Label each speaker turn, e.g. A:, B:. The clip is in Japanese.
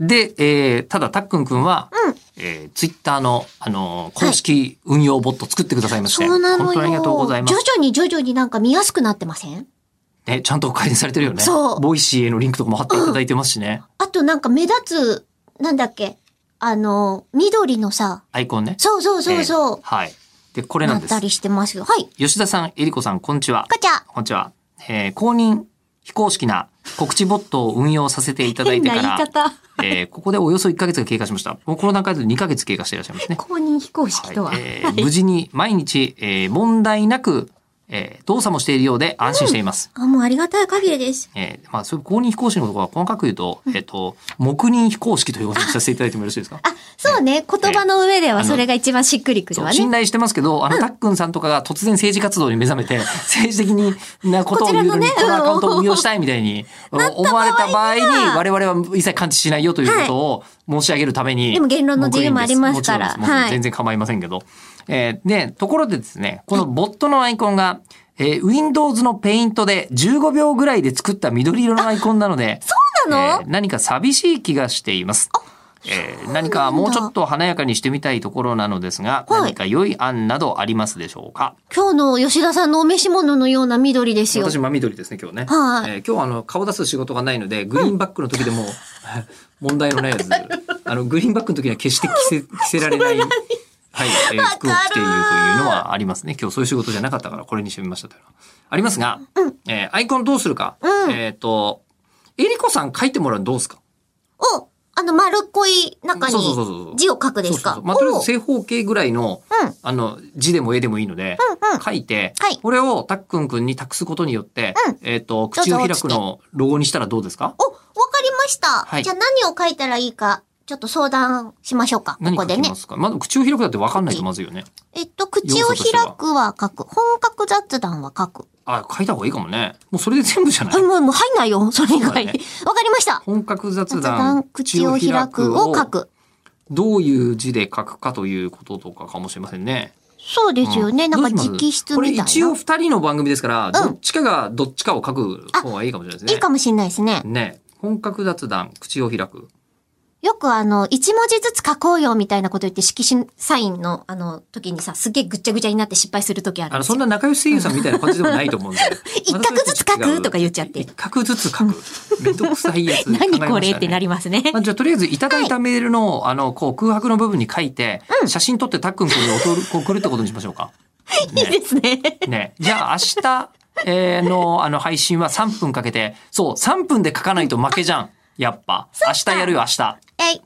A: で、えーただ、たっくんくんは、
B: うん
A: えツイッター Twitter の、あのー公式運用ボット作ってくださいまして、
B: そうなのよ。
A: 本当にありがとうございま
B: 徐
A: す。
B: 々に徐々になんか見やすくなってません
A: ね、ちゃんと改善されてるよね。
B: そう
A: ボイシーへのリンクとかも貼っていただいてますしね。
B: あとなんか目立つ、なんだっけ、あの、緑のさ、
A: アイコンね。
B: そうそうそうそう
A: えー、はい。で、これな
B: なんっ
A: です
B: た。りしてますよ。はい、
A: 吉田さん、えりこさん、こんにちは。
B: ガチャ
A: こんにちは。えー公認非公式な告知ボットを運用させていただいてか
B: 変な
A: ら
B: 言い、方。
A: えーここでおよそ1ヶ月が経過しました。もうこの段階で2ヶ月経過していらっしゃいますね。
B: 公認非公式とは。
A: はいえー無事に毎日、えー問題なく、えー動作もしているようで安心しています。
B: あ、もうありがたい限りです。
A: えーまあ、そういう公認非公式のところは細かく言うと、えっ、と、黙認非公式ということにさせていただいてもよろしいですか
B: あ、そうね。言葉の上ではそれが一番しっくりくる
A: そ
B: わ
A: う
B: ね
A: 信。頼してますけど、あの、たっくんさんとかが突然政治活動に目覚め て、政治的になことを言うのに、
B: こ
A: こ
B: ちらのね
A: のアカウントを運用したいみたい に、思われた場合に、我々は一切感知しないよということを申し上げるために。
B: でも言論の自由もありますから
A: 黙認ですもちろんですもちろん
B: はい
A: 全然構いませんけど。えーで、ところでですね、このボットのアイコンが、えー Windows のペイントで15秒ぐらいで作った緑色のアイコンなの で、
B: そうなの
A: えー何か寂しい気がしています。えー何かもうちょっと華やかにしてみたいところなのですが、
B: はい
A: 何か良い案などありますでしょうか。
B: 今日の吉田さんのお召し物のような緑ですよ。
A: 私真緑ですね今日ね。
B: はい
A: えー今日はあの顔出す仕事がないのでグリーンバックの時で も問題のないやつ。あのグリーンバックの時には決して着 せ着せられない。はい、えー服を着ているというのはありますね。今日そういう仕事じゃなかったからこれにしてみましたというのはありますが、えーアイコンどうするか。
B: うん
A: えっ、とえりこさん書いてもらうのどうですか。
B: お、あの丸っこい中に
A: そうそうそうそう
B: 字を書くです
A: そ
B: か。
A: うそうそうまあ、とりあえ
B: お
A: ず正方形ぐらいの、
B: うん
A: あの、字でも絵でもいいので、
B: うんうん
A: 書いて、
B: はい
A: これをたっくんくんに託すことによって、
B: うん
A: えっ、と、口を開くのをロゴにしたらどうですか
B: お、わかりました。
A: はい
B: じゃあ何を書いたらいいか、ちょっと相談しましょうか。こ
A: 何
B: こ
A: 書
B: で
A: き
B: ね
A: ま。すかまだ口を開くだって分かんないとまずいよね。
B: えっと、口を
A: 要素としては
B: 開くは書く。本格雑談は書く。
A: あ、書いた方がいいかもね。もうそれで全部じゃない、
B: はい、もう、もう入んないよ。それ以
A: そ
B: 外。
A: う
B: わ
A: だ
B: かり
A: ね
B: ました。
A: 本格雑
B: 雑
A: 談、
B: 談、口を開くを書。く。
A: どういう字で書くかということとかかもしれませんね。
B: そうですよね。
A: う
B: なんか
A: どうし
B: 直
A: ます
B: 筆みたい
A: こ
B: な。
A: れ一応二人の番組ですから、どっちかがどっちかを書く方がいいかもしれないですね。
B: いいかもしれないですね。
A: ね。本格雑談、口を開く。
B: よくあの、一文字ずつ書こうよみたいなこと言って、色紙サインの、あの、時にさ、すげえぐっちゃぐちゃになって失敗する時ある
A: あの、
B: んです
A: そん
B: よ。
A: な仲良し声優さんみたいな感じでもないと思うんですよ。
B: 一画ずつ書くとか言っちゃって
A: 一画ずつ書く。めんどくさいやつ。
B: 何これってな
A: り。
B: りますね。
A: まあじゃあ、とりあえず、いただいたメールの、あの、こう、空白の部分に書いて、写真撮ってたっくんくんに送る 送るってことにしましょうか。
B: いいです ね。
A: ね。じゃあ、明日、 えーの、あの、配信は3分かけて、そう、3分で書かないと負けじゃん。やっぱ。明日やるよ、明日。
B: えい。